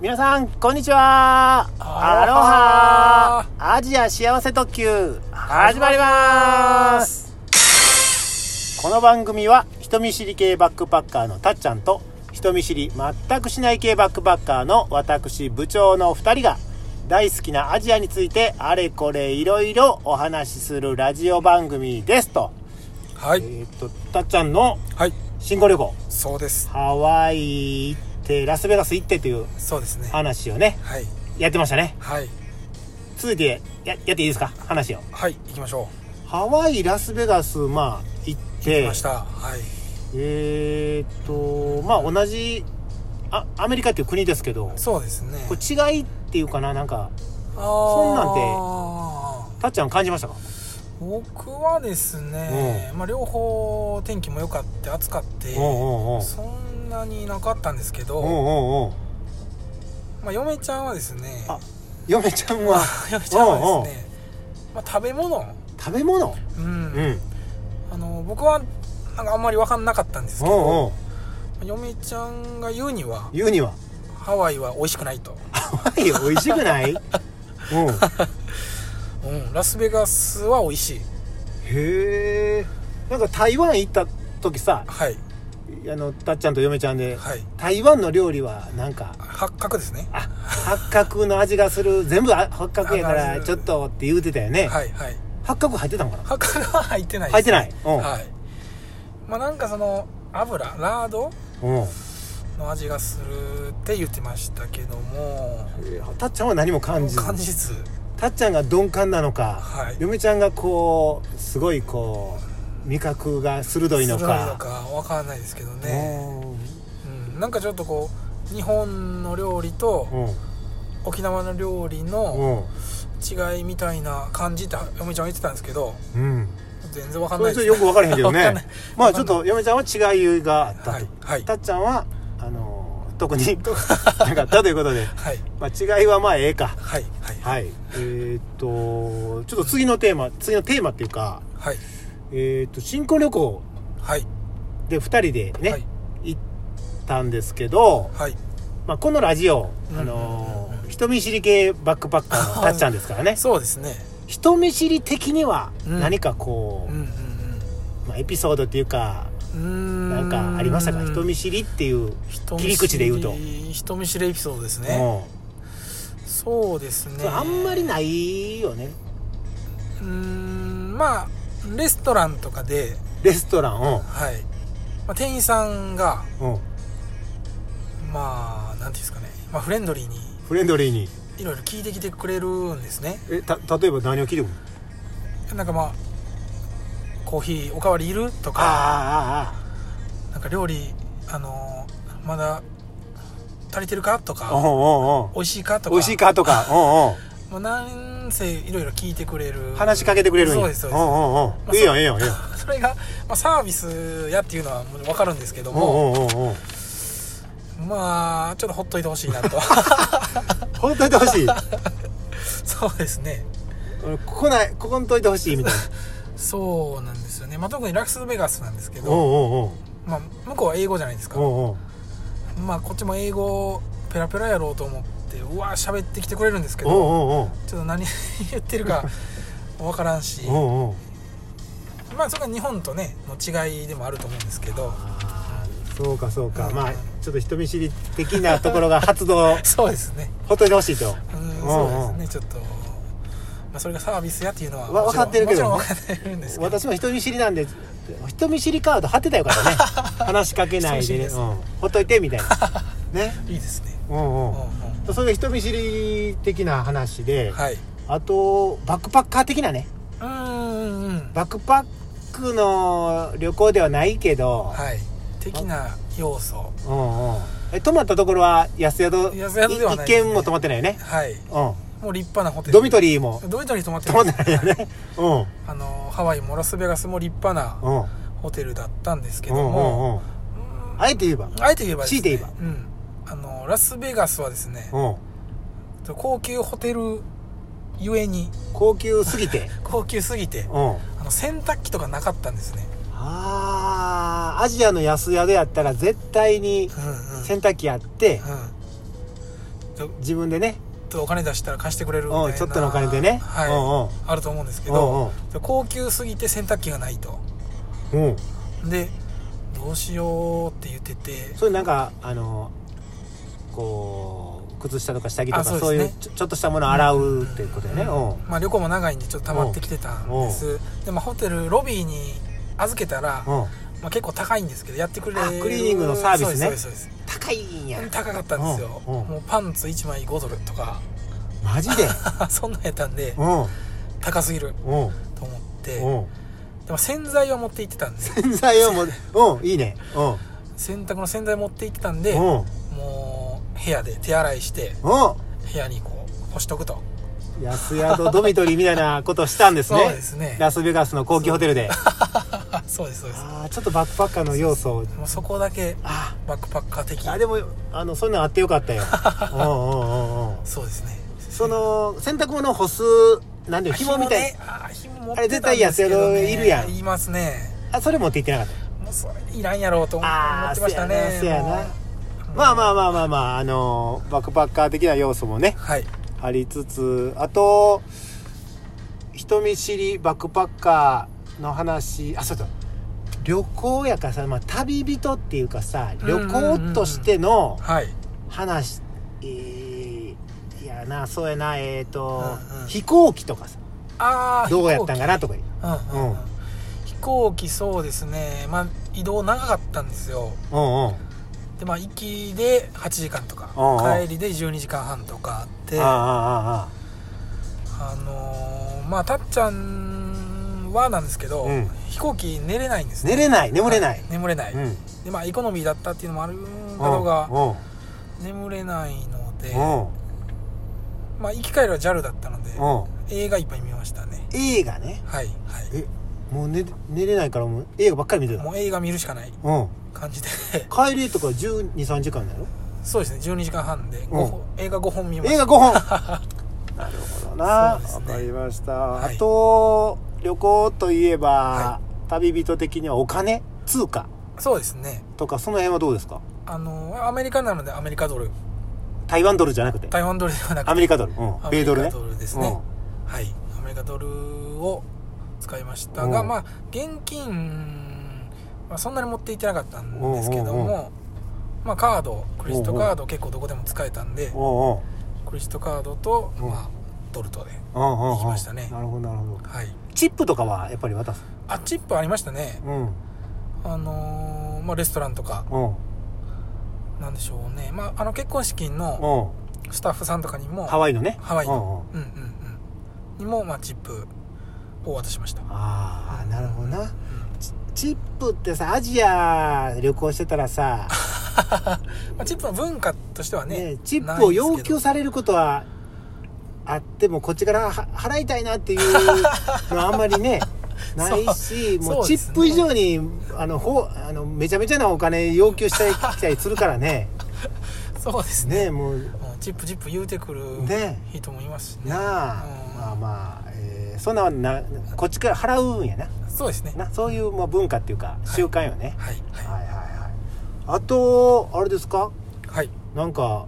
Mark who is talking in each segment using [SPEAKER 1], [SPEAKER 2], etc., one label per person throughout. [SPEAKER 1] 皆さんこんにちはア
[SPEAKER 2] ア
[SPEAKER 1] ロ
[SPEAKER 2] ロ
[SPEAKER 1] ハ
[SPEAKER 2] ハ
[SPEAKER 1] アジア幸せ特急始まりますこの番組は人見知り系バックパッカーのたっちゃんと人見知り全くしない系バックパッカーの私部長の2人が大好きなアジアについてあれこれいろいろお話しするラジオ番組ですと,、
[SPEAKER 2] は
[SPEAKER 1] え
[SPEAKER 2] い
[SPEAKER 1] ー、とたっちゃんの
[SPEAKER 2] はい
[SPEAKER 1] 新語旅行
[SPEAKER 2] そうです
[SPEAKER 1] ハワイ行ってラスベガス行ってという
[SPEAKER 2] そうですね
[SPEAKER 1] 話をね
[SPEAKER 2] はい
[SPEAKER 1] やってましたね
[SPEAKER 2] はい
[SPEAKER 1] 続いてややっていいですか話を
[SPEAKER 2] はい行きましょ
[SPEAKER 1] ハワイラスベガスまあ行っ
[SPEAKER 2] う
[SPEAKER 1] て
[SPEAKER 2] 行きましたはい
[SPEAKER 1] えーっとまあ同じあアメリカっていう国ですけど
[SPEAKER 2] そうですね
[SPEAKER 1] これ違いっていうかななんか
[SPEAKER 2] あ
[SPEAKER 1] んなんで
[SPEAKER 2] ー
[SPEAKER 1] たっちゃん感じましたか
[SPEAKER 2] 僕はですね、まあ、両方天気も良かって暑かって
[SPEAKER 1] おうんうんうん
[SPEAKER 2] そんなになかったんですけ
[SPEAKER 1] おう
[SPEAKER 2] ど、
[SPEAKER 1] おうおう
[SPEAKER 2] まあ、嫁ちゃんはですね
[SPEAKER 1] あ嫁ちゃん は
[SPEAKER 2] 嫁ちゃんはですね、まあ、食べ物
[SPEAKER 1] 食べ物
[SPEAKER 2] うん、
[SPEAKER 1] うん
[SPEAKER 2] あの僕はなんかあんまり分かんなかったんですけど、
[SPEAKER 1] おうおう
[SPEAKER 2] 嫁ちゃんが言うには
[SPEAKER 1] 言うには
[SPEAKER 2] ハワイは美味しくないと、
[SPEAKER 1] ハワイ美味しく ないうん
[SPEAKER 2] うん、ラスベガスは美味しい
[SPEAKER 1] へえなんか台湾行った時さ
[SPEAKER 2] はい
[SPEAKER 1] あのたっちゃんと嫁ちゃんで
[SPEAKER 2] はい
[SPEAKER 1] 台湾の料理はなんか
[SPEAKER 2] 八角ですね
[SPEAKER 1] あ八角の味がする全部あ八角やか
[SPEAKER 2] あ
[SPEAKER 1] ら
[SPEAKER 2] の
[SPEAKER 1] ちょっとって言うてたよね、
[SPEAKER 2] はいはい
[SPEAKER 1] 八角入ってたんかな
[SPEAKER 2] 八角は入ってない
[SPEAKER 1] 入
[SPEAKER 2] で
[SPEAKER 1] って
[SPEAKER 2] す
[SPEAKER 1] ないうん、
[SPEAKER 2] はいまあなんかその油ラード
[SPEAKER 1] うん
[SPEAKER 2] の味がするって言ってましたけども
[SPEAKER 1] えーたっちゃんは何も感じず
[SPEAKER 2] 感じず
[SPEAKER 1] たっちゃんが鈍感なのか、
[SPEAKER 2] はい
[SPEAKER 1] 嫁ちゃんがこうすごいこう味覚が鋭いの
[SPEAKER 2] 鋭い
[SPEAKER 1] か
[SPEAKER 2] のかわからないですけどね、うん、なんかちょっとこう日本の料理と
[SPEAKER 1] うん
[SPEAKER 2] 沖縄の料理
[SPEAKER 1] うん
[SPEAKER 2] の違いみたいな感じって嫁ちゃんは言ってたんですけど
[SPEAKER 1] うん、うん、
[SPEAKER 2] 全然わかん
[SPEAKER 1] そ
[SPEAKER 2] な
[SPEAKER 1] れ
[SPEAKER 2] い
[SPEAKER 1] ち
[SPEAKER 2] で
[SPEAKER 1] ょっと
[SPEAKER 2] す
[SPEAKER 1] よく分からへんけど
[SPEAKER 2] わかんな
[SPEAKER 1] ね
[SPEAKER 2] い
[SPEAKER 1] まあちょっと嫁ちゃんは違いがあったと、
[SPEAKER 2] はいはい
[SPEAKER 1] たっちゃんはあのー特 になかったということで、
[SPEAKER 2] はい
[SPEAKER 1] まあ、違いはまあええか
[SPEAKER 2] はいはい
[SPEAKER 1] はい、えーっとちょっと次のテーマ次のテーマっていうか、
[SPEAKER 2] はい
[SPEAKER 1] えーっと新婚旅行
[SPEAKER 2] はい
[SPEAKER 1] で2人でね、
[SPEAKER 2] はい
[SPEAKER 1] 行ったんですけど、
[SPEAKER 2] はい
[SPEAKER 1] まあ、このラジオ、
[SPEAKER 2] うん
[SPEAKER 1] あの
[SPEAKER 2] うんう
[SPEAKER 1] ー
[SPEAKER 2] ん
[SPEAKER 1] 人見知り系バックパッカーのたっちゃんですからね
[SPEAKER 2] そうですね
[SPEAKER 1] 人見知り的には
[SPEAKER 2] うん
[SPEAKER 1] 何かこ
[SPEAKER 2] う
[SPEAKER 1] う、
[SPEAKER 2] んうん
[SPEAKER 1] まあ、エピソードっていうか
[SPEAKER 2] うんうーん
[SPEAKER 1] なんかありましたか人見知りっていう、
[SPEAKER 2] 人
[SPEAKER 1] 切り口で言うと
[SPEAKER 2] 人見知りエピソードですね
[SPEAKER 1] も
[SPEAKER 2] そうです
[SPEAKER 1] う
[SPEAKER 2] ね
[SPEAKER 1] それあんまりないよね
[SPEAKER 2] うーんまあレストランとかで
[SPEAKER 1] レストランを、
[SPEAKER 2] はい、まあ、店員さんが
[SPEAKER 1] うん、
[SPEAKER 2] まあなんていうんですかね、まあ、フレンドリーに
[SPEAKER 1] フレンドリーに
[SPEAKER 2] いろいろ聞いてきてくれるんですね
[SPEAKER 1] えた例えば何を切るの
[SPEAKER 2] なんかまあコーヒーおかわりいるとか
[SPEAKER 1] ああああああ
[SPEAKER 2] なんか料理あのーまだ足りてるかと
[SPEAKER 1] おう
[SPEAKER 2] か
[SPEAKER 1] おうおう
[SPEAKER 2] 美味しいかとか
[SPEAKER 1] 美味しいかと か、おう
[SPEAKER 2] もうなんせいろいろ聞いてくれる
[SPEAKER 1] おう話しかけてくれるんや
[SPEAKER 2] そうですそうで
[SPEAKER 1] おうおうお
[SPEAKER 2] ま
[SPEAKER 1] う
[SPEAKER 2] あ
[SPEAKER 1] いいやんいいやんいいやん
[SPEAKER 2] すそれが、まあ、サービスやっていうのはもう分かるんですけども
[SPEAKER 1] おうおうおうおう
[SPEAKER 2] まあちょっとほっといてほしい なと
[SPEAKER 1] ほんといてほ しい
[SPEAKER 2] そうですね
[SPEAKER 1] 俺ここないここんといてほしいみたいな
[SPEAKER 2] そうなんですよね、まあ、特にラスベガスなんですけ
[SPEAKER 1] おう
[SPEAKER 2] ど、
[SPEAKER 1] おう
[SPEAKER 2] まあ、向こうは英語じゃないです
[SPEAKER 1] おう
[SPEAKER 2] か
[SPEAKER 1] おうおう
[SPEAKER 2] まあこっちも英語ペラペラやろうと思ってうわ喋ってきてくれるんですけ
[SPEAKER 1] おう
[SPEAKER 2] ど
[SPEAKER 1] おう
[SPEAKER 2] ちょっと何言ってるか分からんし
[SPEAKER 1] おうおうおう
[SPEAKER 2] まあそこは日本とねの違いでもあると思うんですけど
[SPEAKER 1] あーそうかそうか、
[SPEAKER 2] うん
[SPEAKER 1] まあちょっと人見知り的なところが発動
[SPEAKER 2] そうですね
[SPEAKER 1] ほっといてほしいと
[SPEAKER 2] うん
[SPEAKER 1] おうお
[SPEAKER 2] そううですねちょっと、まあ、それがサービスやっていうのは
[SPEAKER 1] わ
[SPEAKER 2] もち
[SPEAKER 1] 分か
[SPEAKER 2] ろん
[SPEAKER 1] ってるけどね
[SPEAKER 2] もちろん分かってるんですけど
[SPEAKER 1] 私も人見知りなんで人見知りカード貼ってたよ からね話しかけないでね、うん
[SPEAKER 2] 人
[SPEAKER 1] ほっといてみ たいなね
[SPEAKER 2] いいですね、
[SPEAKER 1] おうん
[SPEAKER 2] うん
[SPEAKER 1] うん
[SPEAKER 2] う
[SPEAKER 1] それが人見知り的な話で、
[SPEAKER 2] ん、はい
[SPEAKER 1] あとバックパッカー的なね
[SPEAKER 2] うんうんうん
[SPEAKER 1] バックパックの旅行ではないけど、
[SPEAKER 2] はい的な要素
[SPEAKER 1] うんうんえ泊まったところは安宿
[SPEAKER 2] 安宿ではない
[SPEAKER 1] 一
[SPEAKER 2] ですね
[SPEAKER 1] 軒も泊まってないよね、
[SPEAKER 2] はい
[SPEAKER 1] うん、
[SPEAKER 2] もう立派なホテル
[SPEAKER 1] ドミトリーも
[SPEAKER 2] ドミトリー泊まって
[SPEAKER 1] 泊ま
[SPEAKER 2] る
[SPEAKER 1] ってないよ ねうんうん
[SPEAKER 2] あのハワイもラスベガスも立派な
[SPEAKER 1] うん
[SPEAKER 2] ホテルだったんですけ
[SPEAKER 1] う
[SPEAKER 2] ども、
[SPEAKER 1] んうん
[SPEAKER 2] うん
[SPEAKER 1] あえて言えば
[SPEAKER 2] あえて言えばですね
[SPEAKER 1] 強いて言
[SPEAKER 2] うん、あのラスベガスはですね
[SPEAKER 1] うん
[SPEAKER 2] 高級ホテルゆえに
[SPEAKER 1] 高級すぎて
[SPEAKER 2] 高級すぎて
[SPEAKER 1] うん
[SPEAKER 2] あの洗濯機とかなかったんですね、
[SPEAKER 1] あーアジアの安宿やったら絶対に
[SPEAKER 2] うんうん
[SPEAKER 1] 洗濯機あって
[SPEAKER 2] うんちょっ
[SPEAKER 1] 自分でね
[SPEAKER 2] とお金出したら貸してくれるみたいな
[SPEAKER 1] うんちょっとのお金でね
[SPEAKER 2] はい
[SPEAKER 1] うんうん
[SPEAKER 2] あると思うんですけ
[SPEAKER 1] うん
[SPEAKER 2] ど高級すぎて洗濯機がないと
[SPEAKER 1] うんうん
[SPEAKER 2] でどうしようって言ってて
[SPEAKER 1] それなんかあのこう靴下とか下着とか
[SPEAKER 2] あ
[SPEAKER 1] そう,、
[SPEAKER 2] そう
[SPEAKER 1] い
[SPEAKER 2] で
[SPEAKER 1] う
[SPEAKER 2] すね
[SPEAKER 1] ちょちょっとしたものを洗うっていうことだよねうん
[SPEAKER 2] まあ、旅行も長いんでちょっと溜まってきてたんですで、まあ、ホテルロビーに預けたら、
[SPEAKER 1] うん
[SPEAKER 2] まあ、結構高いんですけどやってくれ
[SPEAKER 1] あ
[SPEAKER 2] る
[SPEAKER 1] クリーニングのサービスね
[SPEAKER 2] そうですそうですそう
[SPEAKER 1] 高いんや
[SPEAKER 2] です高かったんですよ
[SPEAKER 1] うんうん
[SPEAKER 2] もうパンツ1枚5ドルとか
[SPEAKER 1] マジで
[SPEAKER 2] そんなんやったんで
[SPEAKER 1] うん
[SPEAKER 2] 高すぎる
[SPEAKER 1] うん
[SPEAKER 2] と思ってで
[SPEAKER 1] うん
[SPEAKER 2] も洗剤は持って行ってた んで
[SPEAKER 1] 洗剤をもううんいいねう
[SPEAKER 2] 洗濯の洗剤持って行ってたんで
[SPEAKER 1] んうん
[SPEAKER 2] もう部屋で手洗いして
[SPEAKER 1] うん
[SPEAKER 2] 部屋にこう干しとくと
[SPEAKER 1] 安宿ドミトリーみたいなことをしたんですね
[SPEAKER 2] そうですね
[SPEAKER 1] ラスベガスの高級ホテルで
[SPEAKER 2] あそうですそうです
[SPEAKER 1] ああちょっとバックパッカーの要素を
[SPEAKER 2] もうそこだけ
[SPEAKER 1] あ
[SPEAKER 2] バックパッカー的
[SPEAKER 1] あでもあのそういうのあってよか ったようんうんうんうん
[SPEAKER 2] そうですね
[SPEAKER 1] その洗濯物を干すなんていうの紐みたい、
[SPEAKER 2] ねあ紐持ってたんですけどね
[SPEAKER 1] あれ絶対安宿いるやん
[SPEAKER 2] 言いますね
[SPEAKER 1] あそれ持って行ってなかった
[SPEAKER 2] もうそれいらんやろうと思
[SPEAKER 1] あー
[SPEAKER 2] 思ってましたね
[SPEAKER 1] せやなせやな
[SPEAKER 2] もう
[SPEAKER 1] まあまあまあまあまあ、あのーバックパッカー的な要素もね、
[SPEAKER 2] はい
[SPEAKER 1] ありつつ、あと、人見知りバックパッカーの話、あ、そうだ、旅行やからさ、まあ、旅人っていうかさ、旅行としての
[SPEAKER 2] はい
[SPEAKER 1] 話、えーいやな、そうやな、えっ、と、
[SPEAKER 2] うんうん
[SPEAKER 1] 飛行機とかさ、
[SPEAKER 2] ああ
[SPEAKER 1] どうやったんかなとか言う。
[SPEAKER 2] うんうんうん
[SPEAKER 1] うん
[SPEAKER 2] 飛行機そうですねまあ移動長かったんですよ
[SPEAKER 1] うんうん。
[SPEAKER 2] でまあ行きで8時間とか
[SPEAKER 1] うんうん
[SPEAKER 2] 帰りで12時間半とかあって
[SPEAKER 1] ああ
[SPEAKER 2] あ
[SPEAKER 1] あああ
[SPEAKER 2] のーまあたっちゃんはなんですけど、
[SPEAKER 1] うん
[SPEAKER 2] 飛行機寝れないんですね
[SPEAKER 1] 寝れない、眠れない。
[SPEAKER 2] は眠れない、
[SPEAKER 1] うん。
[SPEAKER 2] でまあエコノミーだったっていうのもあるんだろうが
[SPEAKER 1] う
[SPEAKER 2] 眠れないので
[SPEAKER 1] ん。うん。
[SPEAKER 2] まあ行き帰りは JAL だったので
[SPEAKER 1] うん。うん。
[SPEAKER 2] 映画いっぱい見ましたね
[SPEAKER 1] 映画ね。
[SPEAKER 2] はいは
[SPEAKER 1] えもう寝寝れないからもう映画ばっかり見て
[SPEAKER 2] い
[SPEAKER 1] た
[SPEAKER 2] もう映画見るしかない
[SPEAKER 1] うん
[SPEAKER 2] 感じで
[SPEAKER 1] 帰りとか1 2 3時間だよ
[SPEAKER 2] そうですね12時間半で五本映画5本見ま
[SPEAKER 1] 映
[SPEAKER 2] し
[SPEAKER 1] 画5本 なるほどなわ、
[SPEAKER 2] そうですね
[SPEAKER 1] かりました、
[SPEAKER 2] い
[SPEAKER 1] あと旅行といえば、
[SPEAKER 2] は
[SPEAKER 1] 旅人的にはお金通貨
[SPEAKER 2] たそうですね
[SPEAKER 1] とかその辺はどうですか
[SPEAKER 2] あのアメリカなのでアメリカドル
[SPEAKER 1] 台湾ドルじゃなくて
[SPEAKER 2] 台湾ドルではなく
[SPEAKER 1] アメリカドル、うん、
[SPEAKER 2] ア
[SPEAKER 1] 米
[SPEAKER 2] メリ
[SPEAKER 1] ドル
[SPEAKER 2] カ
[SPEAKER 1] ね
[SPEAKER 2] ドルです
[SPEAKER 1] う
[SPEAKER 2] ね
[SPEAKER 1] ん
[SPEAKER 2] はいアメリカドルを使いましたが
[SPEAKER 1] うん
[SPEAKER 2] まあ現金、まあ、そんなに持っていってなかったんですけど
[SPEAKER 1] うんうん
[SPEAKER 2] もまあカードクレジット
[SPEAKER 1] うんうん
[SPEAKER 2] カード結構どこでも使えたんで
[SPEAKER 1] おう
[SPEAKER 2] クレジットカードと
[SPEAKER 1] うん
[SPEAKER 2] まあドルとで
[SPEAKER 1] おううんうんうん
[SPEAKER 2] 行きましたね
[SPEAKER 1] なるほどなるほど
[SPEAKER 2] はい
[SPEAKER 1] チップとかはやっぱり渡す
[SPEAKER 2] あチップありましたね
[SPEAKER 1] うん
[SPEAKER 2] あのーまあ、レストランとか
[SPEAKER 1] うん
[SPEAKER 2] なんでしょうね、まあ、あの結婚式の
[SPEAKER 1] うん
[SPEAKER 2] スタッフさんとかにも
[SPEAKER 1] ハワイのね
[SPEAKER 2] ハワイ
[SPEAKER 1] うんうん
[SPEAKER 2] のうんうんうんにも、まあ、チップを渡しました、うん
[SPEAKER 1] ああなるほどなチチップってさアジア旅行してたらさ、
[SPEAKER 2] まあ、チップの文化としては ね
[SPEAKER 1] ね、チップを要
[SPEAKER 2] ないですけど
[SPEAKER 1] 求されることはあってもこっちからは払いたいなっていうの はあんまりねないし
[SPEAKER 2] そう
[SPEAKER 1] もう
[SPEAKER 2] そう
[SPEAKER 1] チ
[SPEAKER 2] で
[SPEAKER 1] ッ
[SPEAKER 2] すね
[SPEAKER 1] プ以上にあのほうあのめちゃめちゃなお金要求したり来たりするからね
[SPEAKER 2] そうですね
[SPEAKER 1] ねもう
[SPEAKER 2] うんチップチップ言うてくる
[SPEAKER 1] ね
[SPEAKER 2] 人もいますしね
[SPEAKER 1] なあ
[SPEAKER 2] うん
[SPEAKER 1] まあまあ、えーそんなんなこっちから払うんやな
[SPEAKER 2] そうですね
[SPEAKER 1] なそういう、まあ、文化っていうか習慣よね、
[SPEAKER 2] はい
[SPEAKER 1] はい、
[SPEAKER 2] は
[SPEAKER 1] はいはいあとあれですか
[SPEAKER 2] いはい
[SPEAKER 1] なんか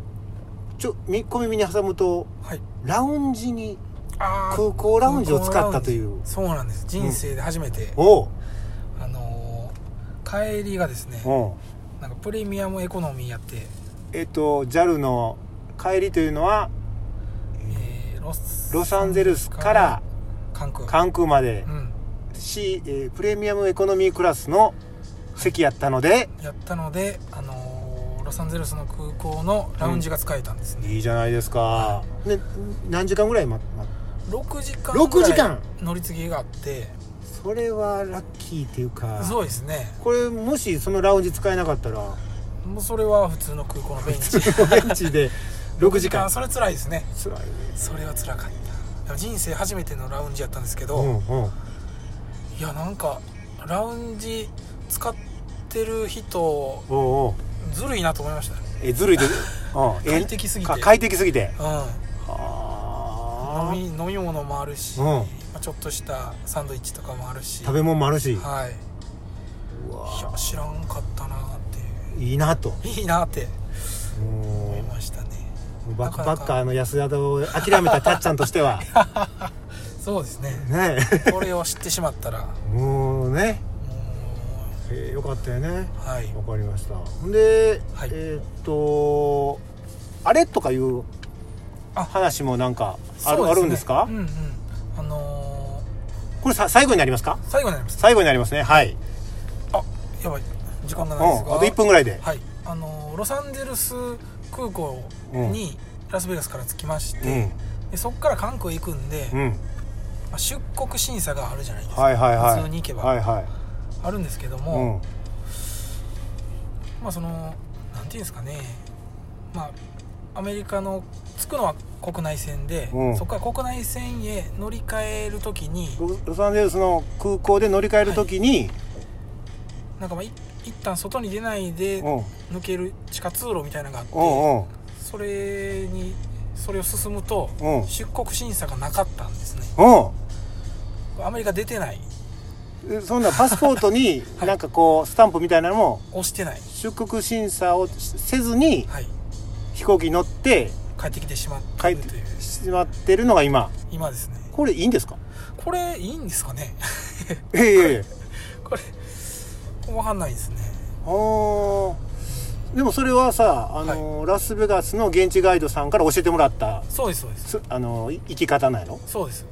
[SPEAKER 1] ちょみ小耳に挟むと
[SPEAKER 2] はい
[SPEAKER 1] ラウンジに
[SPEAKER 2] あー
[SPEAKER 1] 空港ラウンジを使ったという
[SPEAKER 2] そうなんです人生で初めて、
[SPEAKER 1] おう
[SPEAKER 2] あのー帰りがですね
[SPEAKER 1] おう
[SPEAKER 2] なんかプレミアムエコノミーやって
[SPEAKER 1] えっと JAL の帰りというのは
[SPEAKER 2] えーロス
[SPEAKER 1] ロサンゼルスから
[SPEAKER 2] 関空
[SPEAKER 1] 関空まで
[SPEAKER 2] うん、
[SPEAKER 1] し、えープレミアムエコノミークラスの席やったので
[SPEAKER 2] やったので、あのーロサンゼルスの空港のラウンジが使えたんですね、
[SPEAKER 1] いいじゃないですか、ね、何時間ぐらい待っ
[SPEAKER 2] 6時間
[SPEAKER 1] 6時間
[SPEAKER 2] ぐらい乗り継ぎがあって
[SPEAKER 1] それはラッキーっていうか
[SPEAKER 2] そうですね
[SPEAKER 1] これもしそのラウンジ使えなか ったら
[SPEAKER 2] もうそれは普通の空港のベンチ
[SPEAKER 1] ベンチで6時間
[SPEAKER 2] それ辛いですね
[SPEAKER 1] 辛いね
[SPEAKER 2] それは辛かったでも人生初めてのラウンジやったんですけど、
[SPEAKER 1] うん
[SPEAKER 2] い
[SPEAKER 1] うん
[SPEAKER 2] やなんかラウンジ使ってる人
[SPEAKER 1] おうおう
[SPEAKER 2] ずるいなと思いましたね
[SPEAKER 1] えずるいで、うん、え
[SPEAKER 2] 快適すぎて
[SPEAKER 1] か快適すぎて
[SPEAKER 2] う
[SPEAKER 1] はあ
[SPEAKER 2] ん飲み飲み物もあるし、
[SPEAKER 1] うん
[SPEAKER 2] まあ、ちょっとしたサンドイッチとかもあるし
[SPEAKER 1] 食べ物もあるし
[SPEAKER 2] はいう
[SPEAKER 1] わ
[SPEAKER 2] いや知らんかったなーっ
[SPEAKER 1] いいなと
[SPEAKER 2] ていういいなーって
[SPEAKER 1] も
[SPEAKER 2] 思いうましたね
[SPEAKER 1] もうバックパッカーの安宿を諦めたたっちゃんとして は
[SPEAKER 2] そうですね
[SPEAKER 1] ね
[SPEAKER 2] これを知ってしまったらも
[SPEAKER 1] もうね、
[SPEAKER 2] う
[SPEAKER 1] えーよかったよね
[SPEAKER 2] はい
[SPEAKER 1] わかりましたで、
[SPEAKER 2] はい
[SPEAKER 1] えーっとあれとかいう
[SPEAKER 2] あ
[SPEAKER 1] 話もなんかあ
[SPEAKER 2] そう
[SPEAKER 1] る,、
[SPEAKER 2] ね
[SPEAKER 1] あるんですか、
[SPEAKER 2] うんうんあの
[SPEAKER 1] これさ最後になりますか
[SPEAKER 2] ー最後になります
[SPEAKER 1] 最後になりますねはい、
[SPEAKER 2] あやばい時間が
[SPEAKER 1] う
[SPEAKER 2] ないです
[SPEAKER 1] ん、
[SPEAKER 2] が
[SPEAKER 1] あと1分ぐらいで、
[SPEAKER 2] はいあのーロサンゼルス空港にラスベガスから着きまして、でそこから韓国行くんで、
[SPEAKER 1] うんうん
[SPEAKER 2] まあ、出国審査があるじゃないですか、
[SPEAKER 1] はいはいはい
[SPEAKER 2] 普通に行けば
[SPEAKER 1] はいはい
[SPEAKER 2] あるんですけど
[SPEAKER 1] う
[SPEAKER 2] も、
[SPEAKER 1] ん
[SPEAKER 2] まあそのなんていうんですかねまあアメリカの着くのは国内線で、
[SPEAKER 1] うん
[SPEAKER 2] そこから国内線へ乗り換えるときに
[SPEAKER 1] ロロサンゼルスの空港で乗り換えるときに、
[SPEAKER 2] なんかまあい一旦外に出ないで
[SPEAKER 1] うん
[SPEAKER 2] 抜ける地下通路みたいなのがあって、
[SPEAKER 1] う
[SPEAKER 2] それにそれを進むと、
[SPEAKER 1] んうんうん
[SPEAKER 2] 出国審査がなかったんですね
[SPEAKER 1] うん
[SPEAKER 2] アメリカ出てない
[SPEAKER 1] えそんなパスポート になんかこうスタンプみたいなのも
[SPEAKER 2] 押してない
[SPEAKER 1] 出国審査をせずに
[SPEAKER 2] はい
[SPEAKER 1] 飛行機に乗って
[SPEAKER 2] 帰ってきてしまった
[SPEAKER 1] 帰
[SPEAKER 2] とい
[SPEAKER 1] っ
[SPEAKER 2] う
[SPEAKER 1] てしまってるのが今
[SPEAKER 2] 今ですね
[SPEAKER 1] これいいんですか
[SPEAKER 2] これいいんですかね
[SPEAKER 1] いやいやいや
[SPEAKER 2] これわかんないですね
[SPEAKER 1] あーでもそれはさあの、ラスベガスの現地ガイドさんから教えてもらった
[SPEAKER 2] そうですそうです
[SPEAKER 1] すあのい生き方なんやろ
[SPEAKER 2] そうです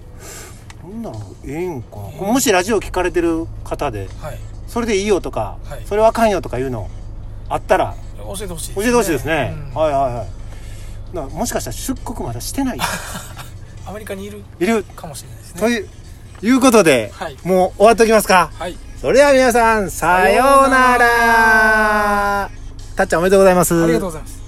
[SPEAKER 1] そんなのええんか
[SPEAKER 2] ええ
[SPEAKER 1] もしラジオ聞かれてる方で
[SPEAKER 2] はい
[SPEAKER 1] それでいいよとか、
[SPEAKER 2] はい
[SPEAKER 1] それはあかんよとかいうのあったら
[SPEAKER 2] 教えてほしい
[SPEAKER 1] 教えてほしいですね、
[SPEAKER 2] うん
[SPEAKER 1] はいはいはいなもしかしたら出国まだしてない
[SPEAKER 2] アメリカにいる
[SPEAKER 1] いる
[SPEAKER 2] かもしれないです
[SPEAKER 1] と
[SPEAKER 2] ね
[SPEAKER 1] いういうことで、
[SPEAKER 2] はい
[SPEAKER 1] もう終わっておきますか
[SPEAKER 2] はい
[SPEAKER 1] それでは皆さんさようなら
[SPEAKER 2] さような
[SPEAKER 1] たっちゃんおめでとうございます
[SPEAKER 2] ありがとうございます